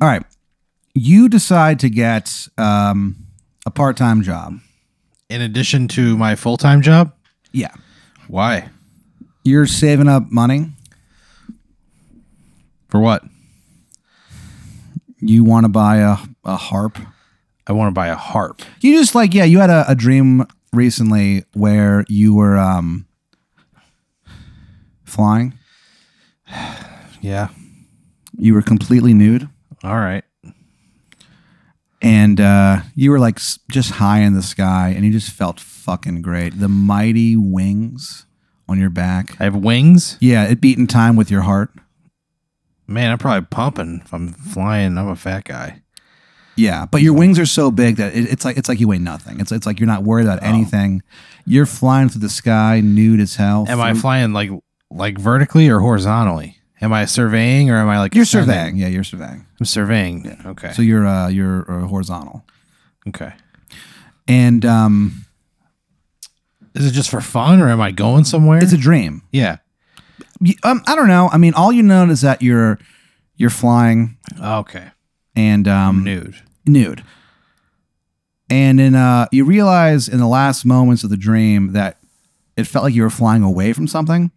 All right. You decide to get um, a part time job. In addition to my full time job, Yeah. why? You're saving up money. For what? You want to buy a, a harp. I want to buy a harp. You just like, yeah, you had a, a dream recently where you were um, flying. Yeah. You were completely nude All right. and uh, you were like s- just high in the sky and you just felt fucking great. The mighty wings on your back. I have wings. Yeah, it beat in time with your heart. Man, I'm probably pumping if I'm flying. I'm a fat guy. Yeah, but your wings are so big that it, it's like it's like you weigh nothing. It's it's like you're not worried Oh. about anything. Youyou're flying through the sky, nude as hell. Am I Through- flying like like vertically or horizontally? Am I surveying or am I like You're ascending? surveying. Yeah, you're surveying. I'm surveying. Okay. So you're uh you're uh, horizontal. okay. And um, Is it just for fun or am I going somewhere? it's a dream. yeah. Y- Um, I don't know. I mean, all you know is that you're you're flying Okay. and um Nude. nude. And in uh, you realize in the last moments of the dream that it felt like you were flying away from something,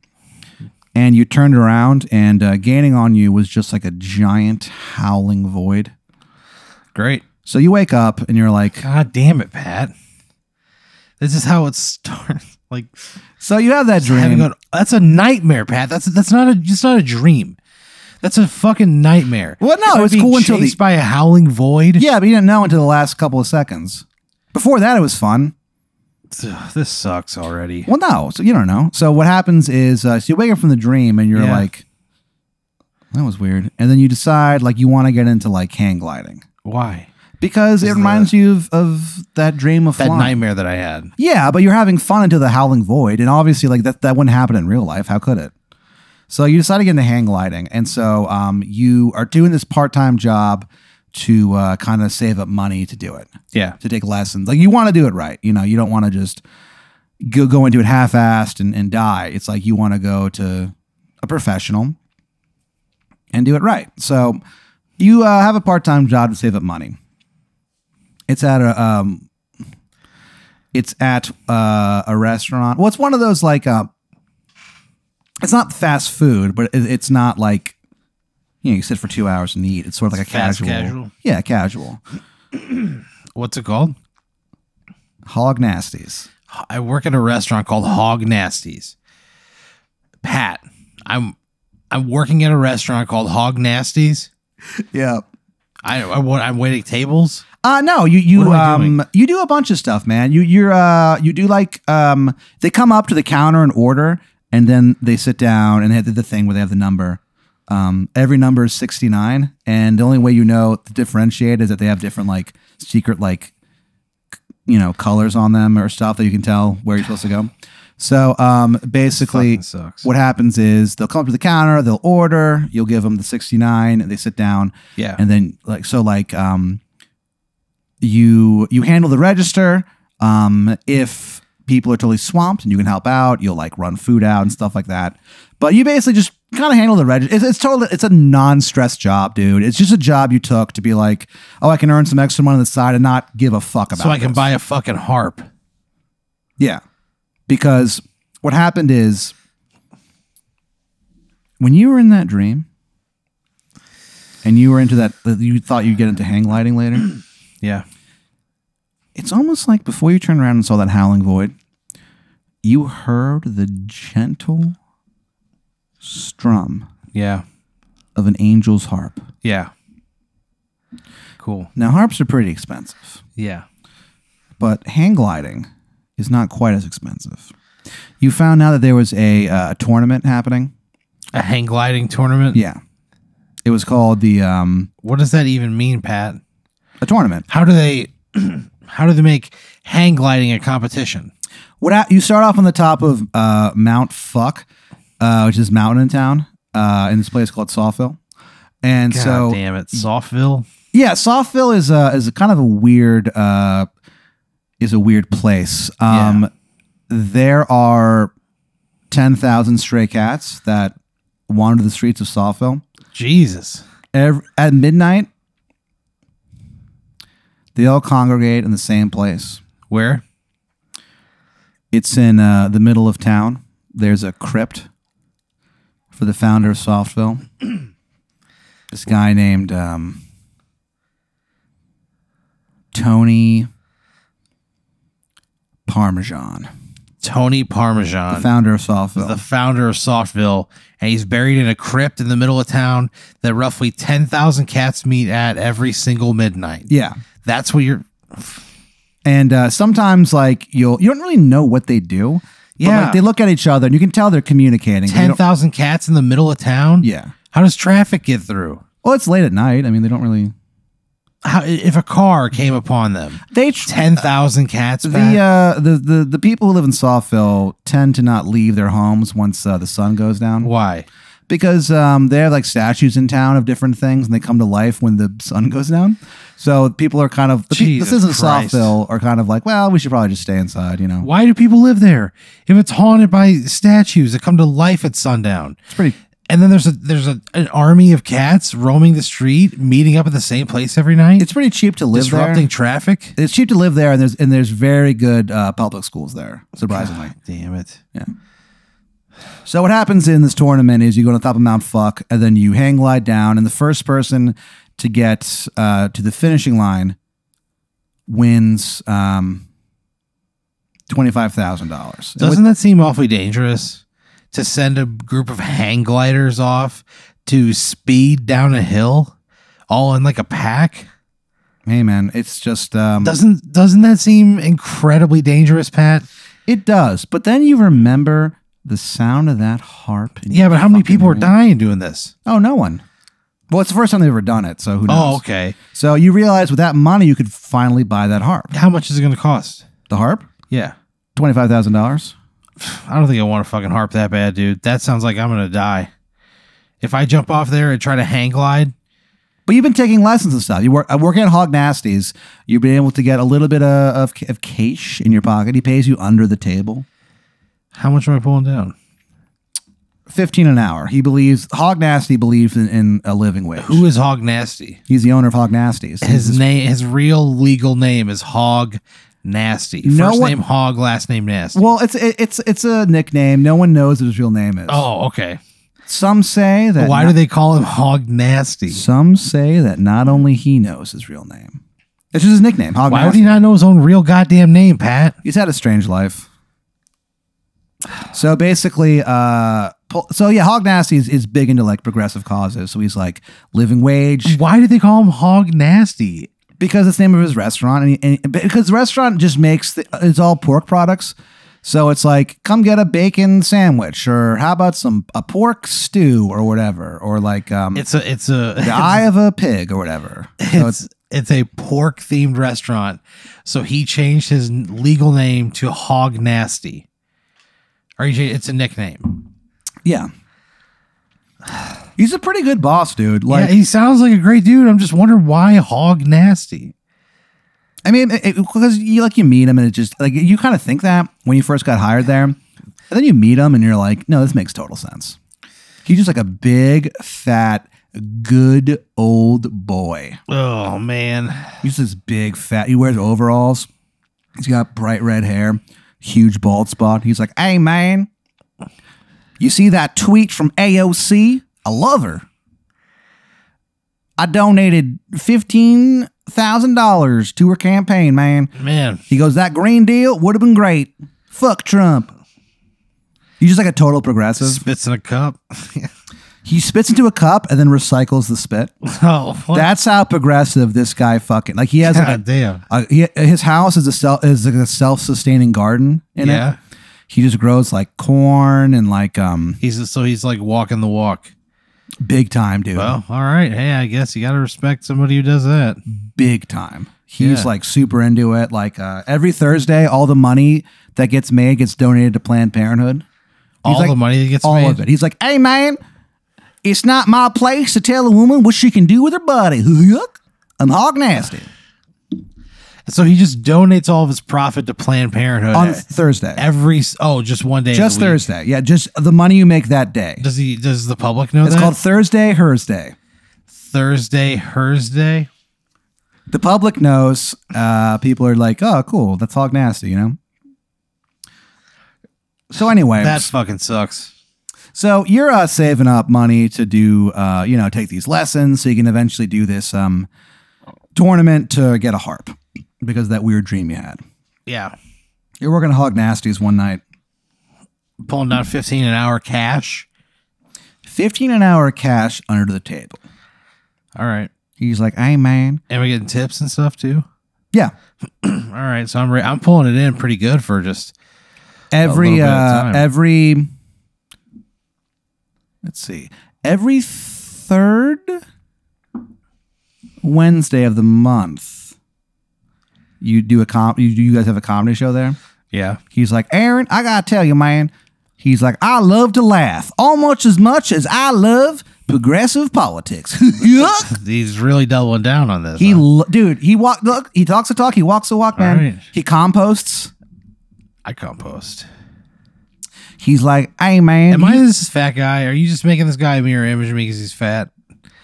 and you turned around, and uh, gaining on you was just like a giant howling void. Great. So you wake up and you're like, God damn it, Pat. This is how it starts. Like so you have that having dream. a, that's a nightmare, Pat. That's that's not a it's not a dream. That's a fucking nightmare. Well, no, Am I it's being cool until the- chased by a howling void. Yeah, but you didn't know until the last couple of seconds. Before that, it was fun. Ugh, this sucks already. Well, no, so you don't know. So what happens is, uh, so you wake up from the dream and you're Yeah. like, that was weird. And then you decide like you want to get into like hang gliding. Why? Because it the- reminds you of, of that dream of That flying. nightmare that I had. Yeah, but you're having fun into the howling void, and obviously, like that that wouldn't happen in real life. How could it? So you decide to get into hang gliding, and so um, you are doing this part time job to uh, kind of save up money to do it, Yeah. to take lessons. Like you want to do it right, you know. You don't want to just go go into it half assed and, and die. It's like you want to go to a professional and do it right. So you uh, have a part time job to save up money. It's at a um, it's at uh, a restaurant. Well, it's one of those like uh, it's not fast food, but it, it's not like you know you sit for two hours and eat. It's sort of like a fast casual, casual? yeah, casual What's it called? hog nasties. I work at a restaurant called Hog Nasties. Pat, I'm I'm working at a restaurant called Hog Nasties. Yeah. I, I wa- I'm waiting tables. Uh no, you you What am um I you do a bunch of stuff, man. You you're uh you do like um they come up to the counter and order and then they sit down and they have the thing where they have the number. Um every number is 69 and the only way you know to differentiate is that they have different like secret like c- you know colors on them or stuff that you can tell where you're supposed to go. So um basically Fucking sucks. what happens is they'll come up to the counter, they'll order, you'll give them the 69 and they sit down Yeah. and then like so like um you you handle the register um if people are totally swamped and you can help out you'll like run food out and stuff like that but you basically just kind of handle the register it's, it's totally it's a non-stress job dude it's just a job you took to be like oh i can earn some extra money on the side and not give a fuck about so I can this. buy a fucking harp. Yeah. Because what happened is when you were in that dream and you were into that, that you thought you'd get into hang gliding later, Yeah. it's almost like before you turned around and saw that howling void, you heard the gentle strum Yeah. of an angel's harp. Yeah. Cool. Now, harps are pretty expensive. Yeah. but hang gliding is not quite as expensive. You found out that there was a uh, tournament happening. A hang gliding tournament. Yeah, it was called the um, What does that even mean, Pat? a tournament. How do they how do they make hang gliding a competition? What hap- you start off on the top of uh, Mount Fuck, uh, which is mountain in town, uh, in this place called Sawville. And God so, damn it. Softville. yeah, Sawville is a is a kind of a weird uh, is a weird place. Um, There are ten thousand stray cats that wander the streets of Sawville. Jesus. Every, at midnight, They all congregate in the same place. Where? It's in uh, the middle of town. There's a crypt for the founder of Softville. this guy named um, Tony Parmesan, Tony Parmesan, founder of Softville. the founder of Softville, and he's buried in a crypt in the middle of town that roughly 10,000 cats meet at every single midnight. yeah, That's what you're. and uh, sometimes like you'll you don't really know what they do. but, Yeah. like, they look at each other and you can tell they're communicating. but you don't- 10,000 cats in the middle of town? yeah. How does traffic get through? Well, it's late at night. I mean, they don't really. How, if a car came upon them, They tr- 10,000 cats? the back? uh the, the the people who live in Sawfill tend to not leave their homes once uh, the sun goes down Why? because um they have like statues in town of different things and they come to life when the sun goes down. So people are kind of the pe- this Jesus isn't Christ. Sawfill are kind of like well we should probably just stay inside you know Why do people live there? If it's haunted by statues that come to life at sundown. it's pretty And then there's a there's a, an army of cats roaming the street, meeting up at the same place every night, it's pretty cheap to live disrupting there. traffic. It's cheap to live there and there's and there's very good uh, public schools there surprisingly. God damn it. So what happens in this tournament is you go to the top of Mount Fuck, and then you hang glide down, and the first person to get uh, to the finishing line wins um, twenty five thousand dollars. Doesn't that seem awfully dangerous to send a group of hang gliders off to speed down a hill all in like a pack? Mm. Hey man, it's just um, Doesn't doesn't that seem incredibly dangerous, Pat? it does. But then you remember the sound of that harp. and- Yeah, but how many people are dying doing this? Oh, no one. Well, it's the first time they've ever done it, so who knows? Oh, okay. So you realize with that money, you could finally buy that harp. How much is it going to cost? The harp, Yeah. twenty five thousand dollars. I don't think I want to fucking harp that bad, dude. That sounds like I'm gonna die. If I jump off there and try to hang glide, But you've been taking lessons and stuff. You work, uh, working at Hog Nasty's. You've been able to get a little bit of, of, of cash in your pocket. He pays you under the table, how much am I pulling down? fifteen an hour. He believes Hog Nasty believes in, in a living wage. Who is Hog Nasty? He's the owner of Hog Nasty's. His name, his real legal name is Hog Nasty. First No one- name Hog, last name Nasty. well, it's it, it's it's a nickname. No one knows what his real name is. Oh, okay. Some say that. Why not- do they call him Hog Nasty? Some say that not only he knows his real name. It's just his nickname. Hog Why would Nasty. he not know his own real goddamn name, Pat? he's had a strange life. So basically, uh, pol- so yeah, Hog Nasty is, is big into like progressive causes. So he's like living wage Why do they call him Hog Nasty? because it's the name of his restaurant, and, he, and because the restaurant just makes the, it's all pork products. So it's like, come get a bacon sandwich, or how about some a pork stew, or whatever, or like um, It's a it's a the eye of a pig, or whatever. So it's, it's it's a pork themed restaurant. So he changed his n- legal name to Hog Nasty. Or he changed, it's a nickname. yeah, he's a pretty good boss, dude. Like, yeah, he sounds like a great dude. I'm just wondering why Hog Nasty. I mean, because you like you meet him and it just like you kind of think that when you first got hired there, and then you meet him and you're like, no, this makes total sense. He's just like a big, fat, good old boy. Oh man. He's this big, fat. He wears overalls. He's got bright red hair, huge bald spot. He's like, hey man, you see that tweet from AOC? I love her. I donated fifteen thousand dollars to her campaign, man. Man. He goes, That Green Deal would have been great. Fuck Trump. He's just like a total progressive. Spits in a cup. He spits into a cup and then recycles the spit. oh what? That's how progressive this guy fucking like. He has like God damn. a, a he, his house is a self is like a self sustaining garden in Yeah. it. He just grows like corn and like um He's so he's like walking the walk. big time dude, Well, all right. Hey, I guess you gotta respect somebody who does that. big time. He's Yeah. like super into it. Like uh, every Thursday, all the money that gets made gets donated to Planned Parenthood. All like- the money that gets all made. of it. He's like, "Hey man, it's not my place to tell a woman what she can do with her body. Yuck. I'm hog nasty." So he just donates all of his profit to Planned Parenthood On Thursday, every s- oh, just one day. of the just week. Thursday. Yeah, just the money you make that day. Does he? Does the public know It's that? called Thursday Hers Day. Thursday, Thursday. the public knows. Uh, people are like, oh, cool. That's hog nasty, you know? So, anyway, That fucking sucks. so you're uh, saving up money to do, uh, you know, take these lessons so you can eventually do this um, tournament to get a harp because of that weird dream you had. Yeah. You're working at Hog Nasties one night. Pulling down 15 an hour cash. 15 an hour cash under the table. All right. He's like, hey, man. And we're getting tips and stuff too. Yeah. All right. So I'm re- I'm pulling it in pretty good for just little Every, bit at a uh, time. every, let's see, every third Wednesday of the month, you do a com, you, you guys have a comedy show there. yeah. He's like, Aaron, I gotta tell you, man. He's like, I love to laugh almost as much as I love progressive politics. Yuck. He's really doubling down on this. He, huh? lo- dude, he walk. Look, he talks a talk. He walks a walk, man. right. He composts. I compost. He's like, hey, man. Am you- I this fat guy? Are you just making this guy a mirror image of me because he's fat?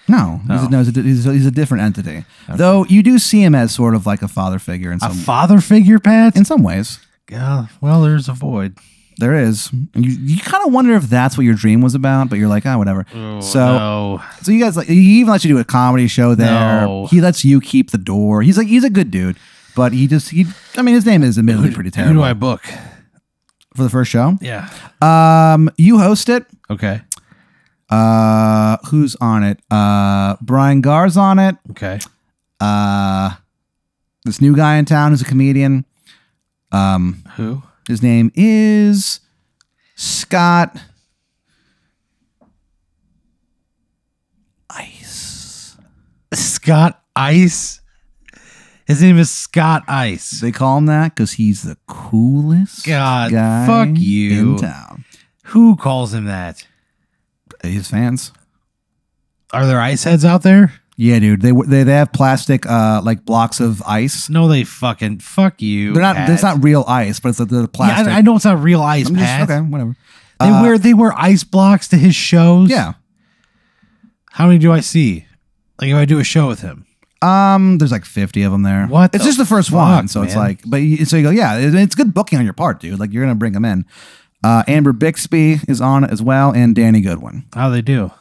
No, he's, a, no, he's a, he's a- he's a different entity. Though you do see him as sort of like a father figure in A some father figure, Pat? in some ways. Yeah. Well, there's a void. There is. And You, you kind of wonder if that's what your dream was about, but you're like, ah, whatever. so, no. so you guys like he even lets you do a comedy show there. No. He lets you keep the door. He's like he's a good dude, but he just he. I mean, his name is admittedly pretty who do terrible I book? for the first show. Yeah. Um, you host it. Okay. Uh, who's on it? Uh, Brian Gar's on it. Okay. Uh, this new guy in town who's a comedian. Um, Who? His name is Scott Ice. Scott Ice. His name is Scott Ice. They call him that because he's the coolest God, guy fuck you. in town. Who calls him that? His fans. Are there ice heads out there? Yeah, dude. They they they have plastic uh like blocks of ice. No, they fucking fuck you. They're not. Pat. It's not real ice, but it's like the Yeah, plastic. I, I know it's not real ice, I'm just- Pat. okay, whatever. They wear they wear ice blocks to his shows. Yeah. How many do I see? Like if I do a show with him. Um, there's like 50 of them there. What It's the just the first fuck, one, so it's man? like, but you, so you go, yeah, it- it's good booking on your part, dude. Like you're gonna bring them in. Uh, Amber Bixby is on it as well, and Danny Goodwin. How they do?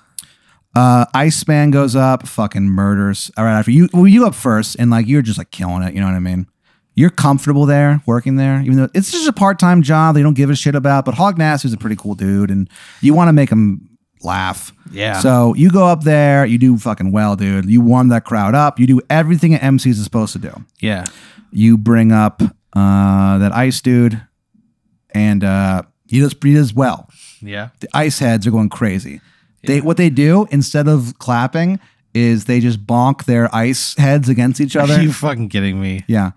Uh, Iceman goes up, fucking murders. All right, after you, well, you up first, and like you're just like killing it. You know what I mean? You're comfortable there, working there, even though it's just a part time job that you don't give a shit about. But Hog Nass is a pretty cool dude, and you want to make him laugh. Yeah. So you go up there, you do fucking well, dude. You warm that crowd up. You do everything an MC is supposed to do. Yeah. You bring up uh, that ice dude, and uh, he does he does well. Yeah. The ice heads are going crazy. They what they do instead of clapping is they just bonk their ice heads against each Are other. you fucking kidding me? yeah.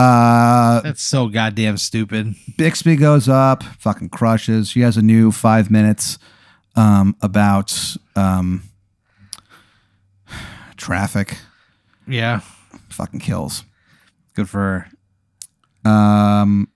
Uh, That's so goddamn stupid. Bixby goes up, fucking crushes. She has a new five minutes um, about um, traffic. Yeah. fucking kills. Good for her. Um,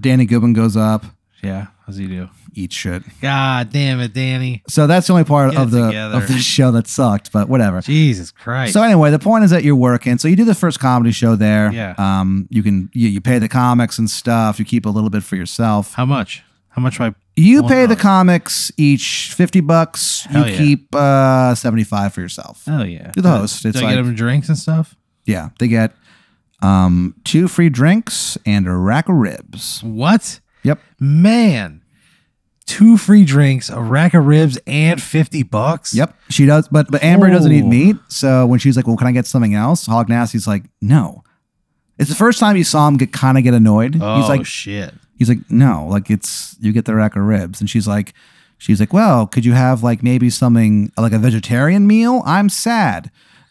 Danny Goodwin goes up, Yeah. How's he do? eats shit. God damn it, Danny. So that's the only part Get it of the together. of the show that sucked, but whatever. Jesus Christ. So anyway, the point is that you're working. So you do the first comedy show there. Yeah. Um, you can you, you pay the comics and stuff. You keep a little bit for yourself. How much? How much do I You Well, pay no. the comics each fifty bucks. Hell you yeah. keep uh seventy five for yourself. Oh yeah. You're the host. Do It's I like- get him drinks and stuff? Yeah, they get um two free drinks and a rack of ribs. What? Yep. Man. Two free drinks, a rack of ribs, and fifty bucks. Yep, she does. But but Amber doesn't eat Ooh. meat, so when she's like, "Well, can I get something else?" Hog Nasty's like, "No." It's the first time you saw him get kind of get annoyed. Oh he's like, shit. he's like, "No, like it's you get the rack of ribs," and she's like, she's like, "Well, could you have like maybe something like a vegetarian meal?" I'm sad.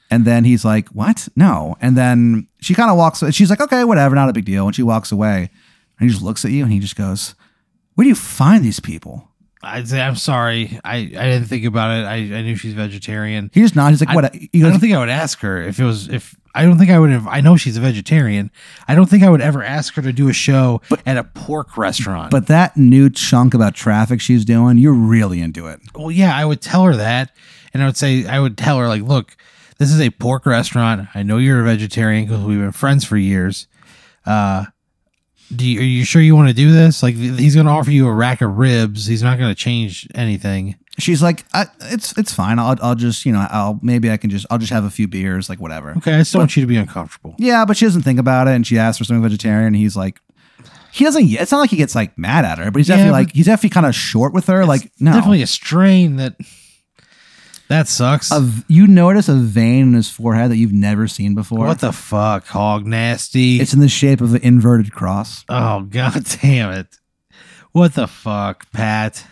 And then he's like, "What? No." And then she kind of walks. She's like, "Okay, whatever, not a big deal." And she walks away, and he just looks at you, and he just goes, "Where do you find these people?" I'd say I'm sorry. I, I didn't think about it. I, I knew she's vegetarian. He just nods. He's like, "What?" He I goes, don't think I would ask her if it was if I don't think I would have I know she's a vegetarian. I don't think I would ever ask her to do a show at a pork restaurant. But that new chunk about traffic she's doing, you're really into it. well yeah, I would tell her that and I would say I would tell her like, look, This is a pork restaurant. I know you're a vegetarian because we've been friends for years. Uh, do you, are you sure you want to do this? Like, th- he's going to offer you a rack of ribs. He's not going to change anything. She's like, I, it's it's fine. I'll I'll just you know I'll maybe I can just I'll just have a few beers, like whatever. Okay, I just don't want you to be uncomfortable. Yeah, but she doesn't think about it, and she asks for something vegetarian. And he's like, he doesn't. It's not like he gets like mad at her, but he's Yeah, definitely but- like he's definitely kind of short with her. Like no, Definitely a strain that that sucks. a v- you notice a vein in his forehead that you've never seen before. what the fuck, hog nasty? It's in the shape of an inverted cross. oh god damn it! What the fuck, Pat?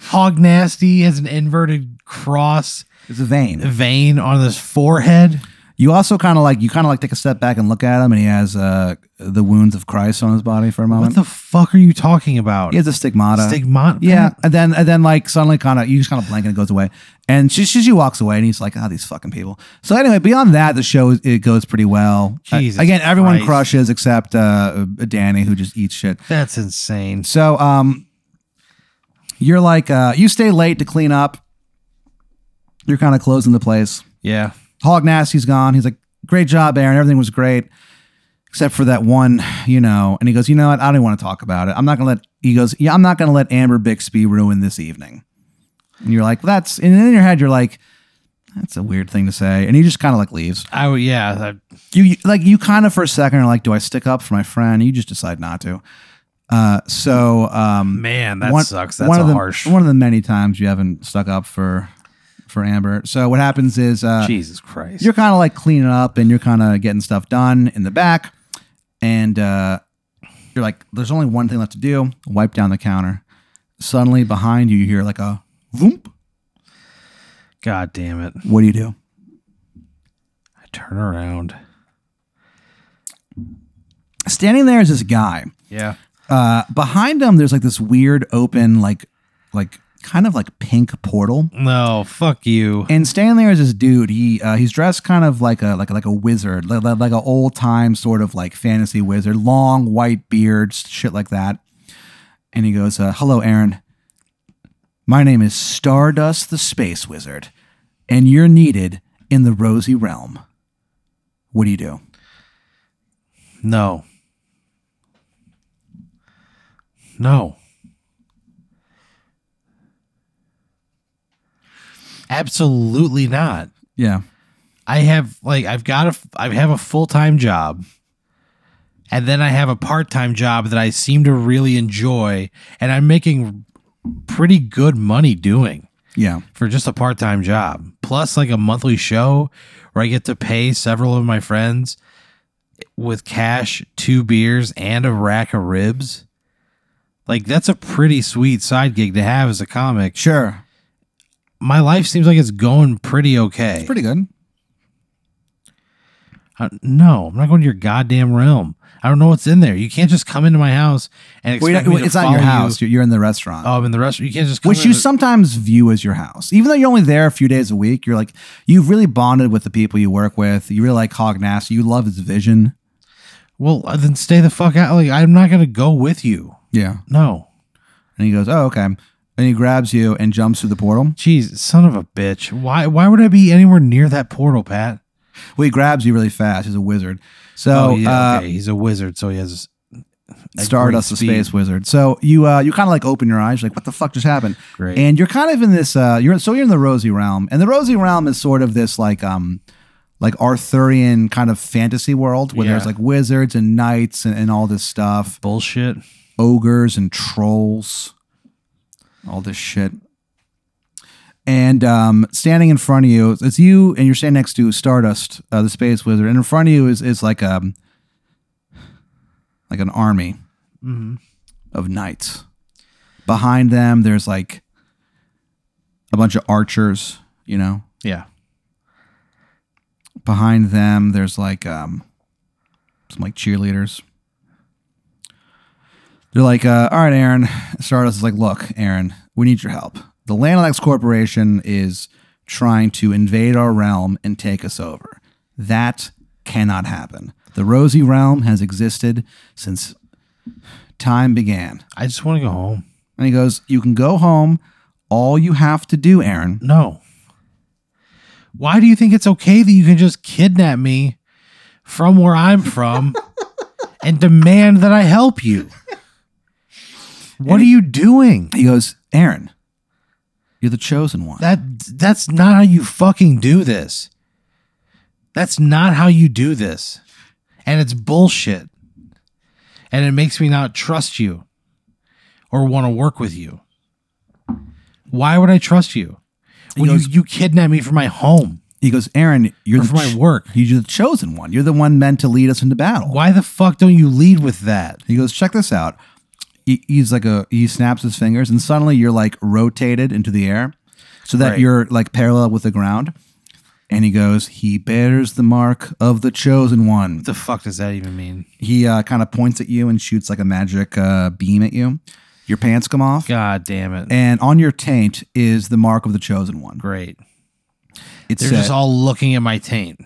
Hog nasty has an inverted cross It's a vein. vein on his forehead. You also kind of like you kind of like take a step back and look at him, and he has uh the wounds of Christ on his body for a What moment. the fuck are you talking about? he has a stigmata. Stigmata. Yeah, and then and then like suddenly kind of you just kind of blank and it goes away, and she, she she walks away and he's like, oh, these fucking people. So anyway, beyond that, the show is- it goes pretty well. Uh, Jesus again, everyone Christ. crushes except uh, Danny who just eats shit. That's insane. So um, you're like uh, you stay late to clean up. You're kind of closing the place. Yeah. Hog Nasty's gone. He's like, great job, Aaron. Everything was great. Except for that one, you know. And he goes, you know what? I don't want to talk about it. I'm not gonna let he goes, yeah, I'm not gonna let Amber Bixby ruin this evening. And you're like, well, that's and in your head, you're like, that's a weird thing to say. And he just kind of like leaves. I would. Yeah. I- You you- like you kind of for a second are like, do I stick up for my friend? You just decide not to. Uh so um man, that sucks. That's one a of the, harsh. One of the many times you haven't stuck up for for Amber. So what happens is uh Jesus Christ. you're kind of like cleaning up and you're kind of getting stuff done in the back and uh, you're like there's only one thing left to do wipe down the counter suddenly behind you you hear like a voomp God damn it. what do you do I turn around. standing there is this guy Yeah. uh, behind him there's like this weird open like like kind of like pink portal No, fuck you. and standing there is this dude he uh, he's dressed kind of like a like like a wizard like, like, like an old time sort of like fantasy wizard long white beard shit like that and he goes uh, hello aaron my name is stardust the space wizard and you're needed in the rosy realm what do you do No. No. Absolutely not. yeah I have like I've got a I have a full-time job. And then I have a part-time job that I seem to really enjoy and I'm making pretty good money doing yeah for just a part-time job plus like a monthly show where i get to pay several of my friends with cash two beers and a rack of ribs like that's a pretty sweet side gig to have as a comic sure my life seems like it's going pretty okay pretty good Uh, no i'm not going to your goddamn realm i don't know what's in there you can't just come into my house and well, expect you're me not- to it's not in your follow you. house you're, you're in the restaurant oh i'm in the restaurant you can't just come which in you the- sometimes view as your house even though you're only there a few days a week you're like you've really bonded with the people you work with you really like Hognass you love his vision well uh, then stay the fuck out like i'm not going to go with you yeah no and he goes oh okay and he grabs you and jumps through the portal Jeez, son of a bitch. Why why would I be anywhere near that portal, Pat? well he grabs you really fast he's a wizard so uh, Oh, okay. He's a wizard, so he has a Stardust the great speed. space wizard so you uh, you kind of like open your eyes you're like what the fuck just happened Great. and you're kind of in this uh, you're so you're in the rosy realm and the rosy realm is sort of this like um like Arthurian kind of fantasy world where Yeah. there's like wizards and knights and, and all this stuff Bullshit. ogres and trolls, all this shit. And um, standing in front of you, it's you, and you're standing next to Stardust, uh, the space wizard, and in front of you is is like a like an army of knights. Behind them, there's like a bunch of archers. You know, Yeah. behind them there's like um some like cheerleaders they're like uh, all right aaron stardust is like look aaron we need your help the lanalax corporation is trying to invade our realm and take us over that cannot happen the rosy realm has existed since time began I just want to go home. and he goes you can go home all you have to do aaron No. Why do you think it's okay that you can just kidnap me from where I'm from and demand that I help you? What are you doing? He goes, Aaron, you're the chosen one. That that's not how you fucking do this. That's not how you do this. And it's bullshit. And it makes me not trust you or want to work with you. Why would I trust you? When goes- you, you kidnap me from my home, he goes, Aaron, you're or the, from my ch- work. you're the chosen one. You're the one meant to lead us into battle. Why the fuck don't you lead with that? He goes, check this out. He, he's like a he snaps his fingers, and suddenly you're like rotated into the air, so that Right. you're like parallel with the ground. And he goes, he bears the mark of the chosen one. What the fuck does that even mean? He uh, kind of points at you and shoots like a magic uh, beam at you. Your pants come off, God damn it. and on your taint is the mark of the chosen one. Great. It's They're just all looking at my taint.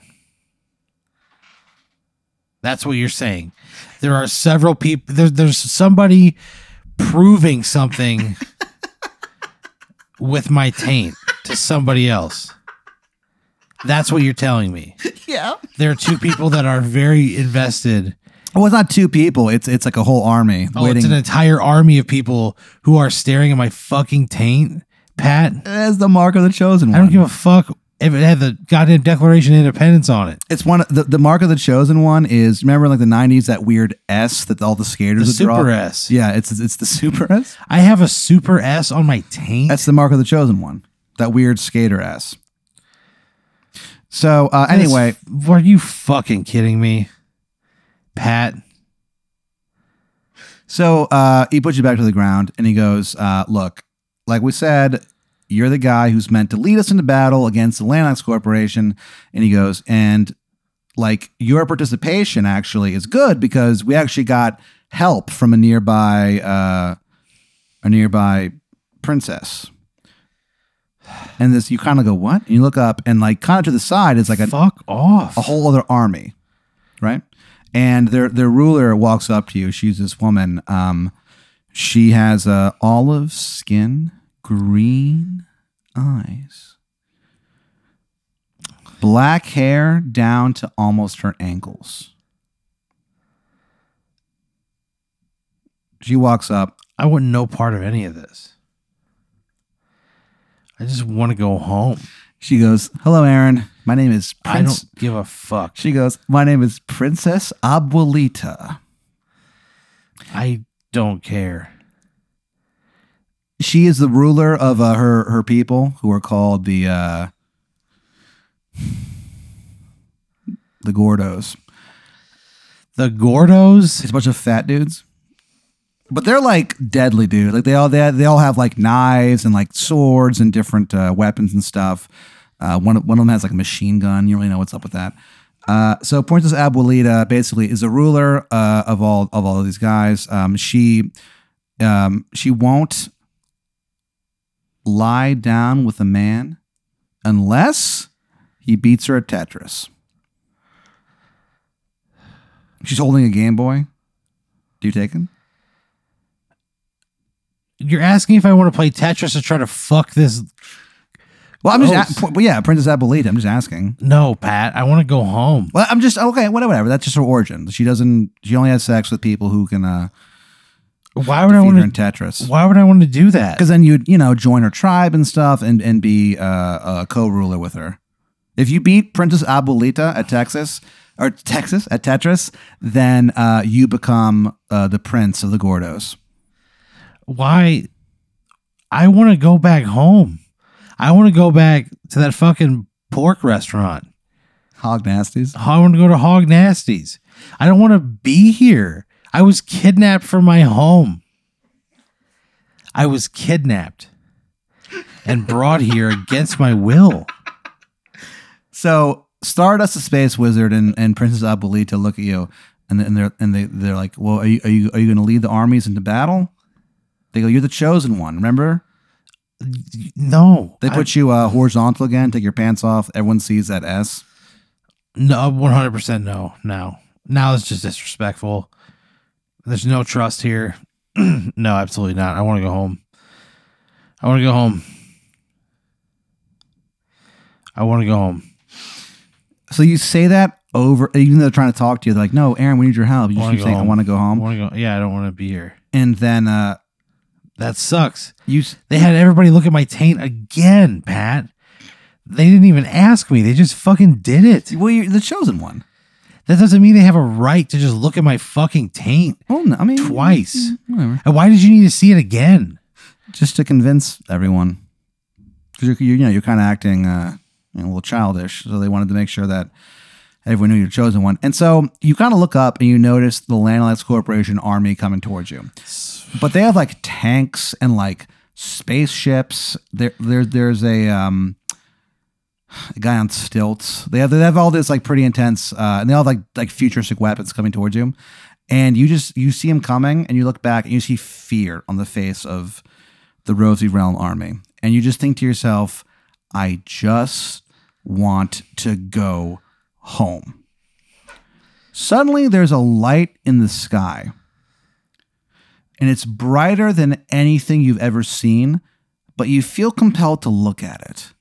That's what you're saying. There are several people. There, there's somebody proving something with my taint to somebody else. That's what you're telling me. yeah. There are two people that are very invested. Well, it's not two people. It's it's like a whole army Oh, waiting it's an entire army of people who are staring at my fucking taint, Pat. as the mark of the chosen I don't one. give a fuck if it had the goddamn Declaration of Independence on it. It's one of- the, the mark of the chosen one is remember in like the nineties that weird S that all the skaters The would draw? Super S. Yeah, it's it's the super S. I have a super S on my taint. That's the mark of the chosen one. That weird skater S. So uh, That's- anyway, are you fucking kidding me, Pat? so uh, he puts you back to the ground and he goes, uh, "Look, like we said, you're the guy who's meant to lead us into battle against the Lanox Corporation." And he goes, "And like your participation actually is good because we actually got help from a nearby uh, a nearby princess." And this, you kind of go, "What?" And you look up and like kind of to the side is like a Fuck off. a whole other army, right? And their their ruler walks up to you. She's this woman. Um, she has a olive skin, green eyes, black hair down to almost her ankles. She walks up. I want no part of any of this. I just want to go home. She goes, "Hello, Aaron. My name is I Prince." don't give a fuck. She goes, "My name is Princess Abuelita." I don't care. she is the ruler of uh, her her people who are called the uh, the Gordos. The Gordos. It's a bunch of fat dudes, but they're like deadly dude. Like they all they, they all have like knives and like swords and different uh, weapons and stuff. Uh, one of- one of them has like a machine gun. You don't really know what's up with that. Uh, so Princess Abuelita basically is a ruler uh, of all of all of these guys. Um, she um, she won't lie down with a man unless he beats her at Tetris. She's holding a Game Boy. Do you take him? You're asking if I want to play Tetris to try to fuck this. Well, I'm just, Gross. a- well, yeah, Princess Abuelita. I'm just asking. No, Pat. I want to go home. Well, I'm just okay. Whatever, whatever. That's just her origin. She doesn't. She only has sex with people who can uh, Why would I feed her in want to? Tetris. Why would I want to do that? Because then you'd you know join her tribe and stuff, and and be uh, a co-ruler with her. If you beat Princess Abuelita at Texas or Texas at Tetris, then uh, you become uh, the prince of the Gordos. why I want to go back home. I want to go back to that fucking pork restaurant. Hog nasties. I want to go to Hog Nasty's. I don't want to be here. I was kidnapped from my home. I was kidnapped and brought here against my will. So Stardust, the space wizard, and, and Princess Abuelita look at you, and and they're and they they're like, "Well, are you are you are you going to lead the armies into battle?" They go, "You're the chosen one." Remember, No. they put you uh, horizontal again. Take your pants off. Everyone sees that S. I, no 100% no. No. Now it's just disrespectful. There's no trust here. no, absolutely not. I want to go home. I want to go home. I want to go home. So you say that over, even though they're trying to talk to you, they're like, "No, Aaron, we need your help." You just Wanna keep go saying, "I home. want to go I home," want to go. Yeah, I don't want to be here. and then uh, That sucks. you s- They had everybody look at my taint again, Pat. They didn't even ask me. They just fucking did it. well, you're the chosen one. That doesn't mean they have a right to just look at my fucking taint Well, no, I mean, mm, twice. whatever. And why did you need to see it again? just to convince everyone, because you're, you know you're kind of acting uh, you know, a little childish. So they wanted to make sure that everyone knew you're the chosen one. And so you kind of look up and you notice the Landlines Corporation army coming towards you. but they have like tanks and like spaceships. There, there there's a um a guy on stilts. They have they have all this like pretty intense uh and they all have like like futuristic weapons coming towards you. And you just you see him coming and you look back and you see fear on the face of the Rosy Realm army. And you just think to yourself, I just want to go home. Suddenly there's a light in the sky and it's brighter than anything you've ever seen, but you feel compelled to look at it.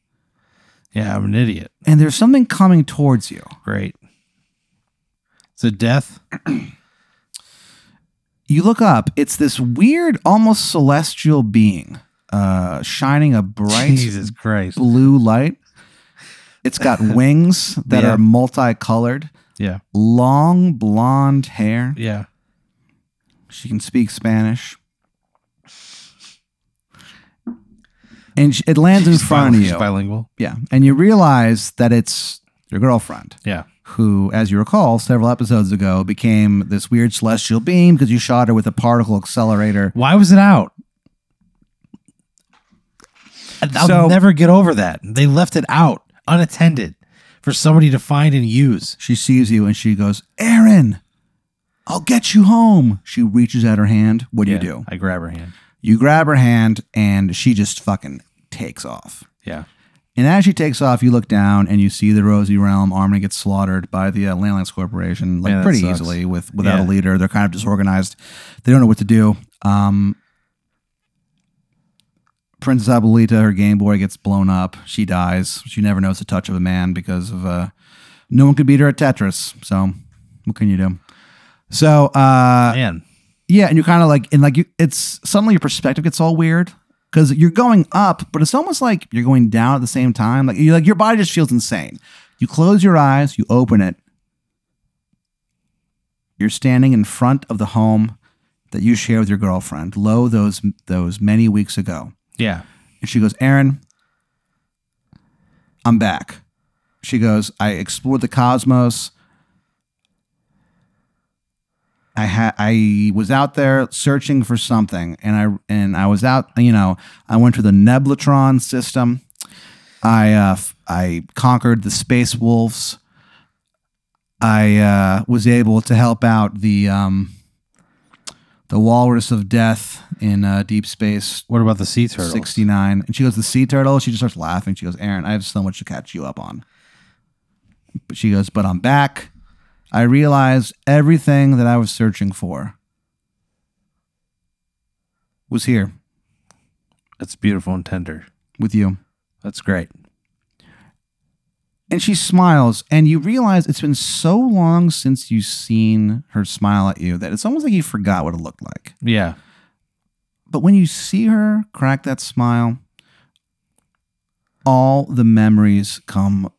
Yeah, I'm an idiot. And there's something coming towards you. Great. Is it death? You look up, it's this weird, almost celestial being, uh, shining a bright Jesus Christ. blue light. It's got wings that Yeah. are multicolored, Yeah. long blonde hair. Yeah. She can speak Spanish. And sh- it lands in She's front bi- of she's you. Bilingual. Yeah. And you realize that it's your girlfriend. Yeah. who, as you recall, several episodes ago became this weird celestial beam because you shot her with a particle accelerator. Why was it out? I'll So- never get over that. They left it out unattended for somebody to find and use. She sees you and she goes, Aaron, I'll get you home. She reaches out her hand. What do Yeah, you do? I grab her hand. You grab her hand and she just fucking takes off. Yeah. And as she takes off, you look down and you see the Rosy Realm army get slaughtered by the uh, Landlines Corporation, like Yeah, that pretty sucks. easily with without a Yeah. leader. They're kind of disorganized. They don't know what to do. Um, Princess Abuelita, her Game Boy gets blown up. She dies. She never knows the touch of a man because of uh, no one could beat her at Tetris. So what can you do? So uh, Man. yeah, and you're kind of like, and like, you, it's suddenly your perspective gets all weird because you're going up, but it's almost like you're going down at the same time. Like, you like your body just feels insane. You close your eyes, you open it. You're standing in front of the home that you share with your girlfriend, low those those many weeks ago, Yeah. and she goes, "Aaron, I'm back." She goes, "I explored the cosmos." I had I was out there searching for something, and I and I was out. You know, I went to the Neblatron system. I uh, f- I conquered the space wolves. I uh, was able to help out the um, the walrus of death in uh, deep space What about the sea turtle? 69. And she goes, The sea turtle. She just starts laughing. She goes, Aaron, I have so much to catch you up on. But she goes, But I'm back. I realized everything that I was searching for was here That's beautiful and tender. with you. That's great. And she smiles, and you realize it's been so long since you've seen her smile at you that it's almost like you forgot what it looked like. Yeah. But when you see her crack that smile, all the memories come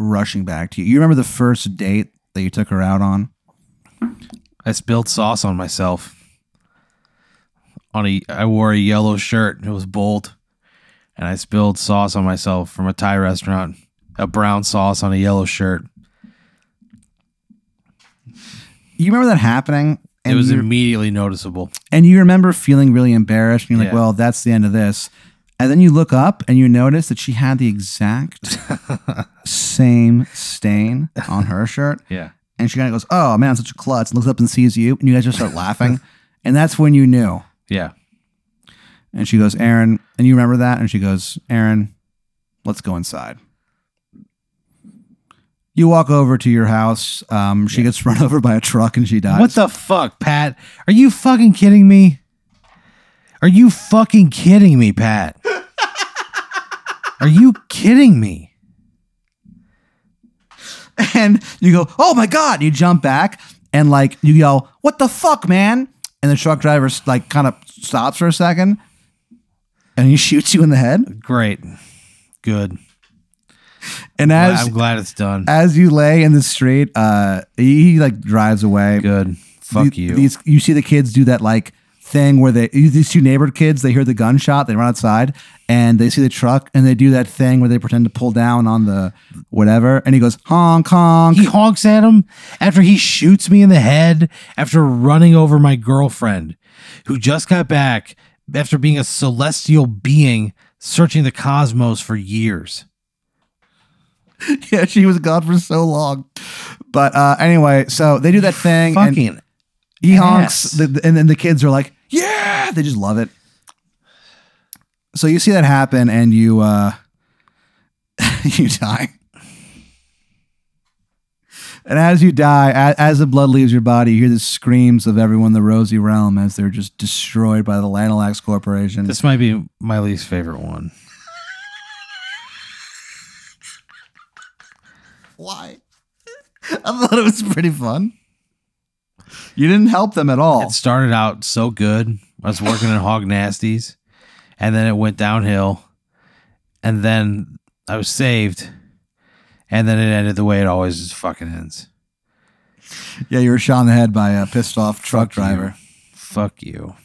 rushing back to you. You remember the first date that you took her out on? I spilled sauce on myself. On a, I wore a yellow shirt. It was bold, and I spilled sauce on myself from a Thai restaurant. A brown sauce on a yellow shirt. You remember that happening? And, it was you, immediately noticeable. and you remember feeling really embarrassed, and you're like, Yeah. well, that's the end of this. And then you look up and you notice that she had the exact same stain on her shirt. Yeah. And she kind of goes, oh, man, I'm such a klutz, and looks up and sees you, and you guys just start laughing. And that's when you knew. Yeah. And she goes, Aaron, and you remember that? And she goes, Aaron, let's go inside. You walk over to your house. Um, she gets run over by a truck and she dies. What the fuck, Pat? Are you fucking kidding me? Are you fucking kidding me, Pat? Are you kidding me? and you go, "Oh my god!" You jump back and like you yell, "What the fuck, man!" And the truck driver like kind of stops for a second, and he shoots you in the head. Great. Good. And as I'm glad it's done. as you lay in the street, uh, he, he, like drives away. Good. Fuck The- you. These you see the kids do that like thing where they these two neighbor kids they hear the gunshot, they run outside, and they see the truck, and they do that thing where they pretend to pull down on the whatever, and he goes honk honk. he honks at him after he shoots me in the head after running over my girlfriend who just got back after being a celestial being searching the cosmos for years. yeah, she was gone for so long. But uh, anyway, so they do that thing, and Fucking he honks, ass. the, the- and then the kids are like, "Yeah!" They just love it. So you see that happen, and you uh, you die. And as you die, a- as the blood leaves your body, you hear the screams of everyone in the Rosy Realm as they're just destroyed by the Lanalax Corporation. this might be my least favorite one. Why? I thought it was pretty fun. You didn't help them at all. It started out so good. I was working in Hog Nasties, and then it went downhill, and then I was saved, and then it ended the way it always just fucking ends. Yeah, you were shot in the head by a pissed off truck Fuck you. driver. Fuck you.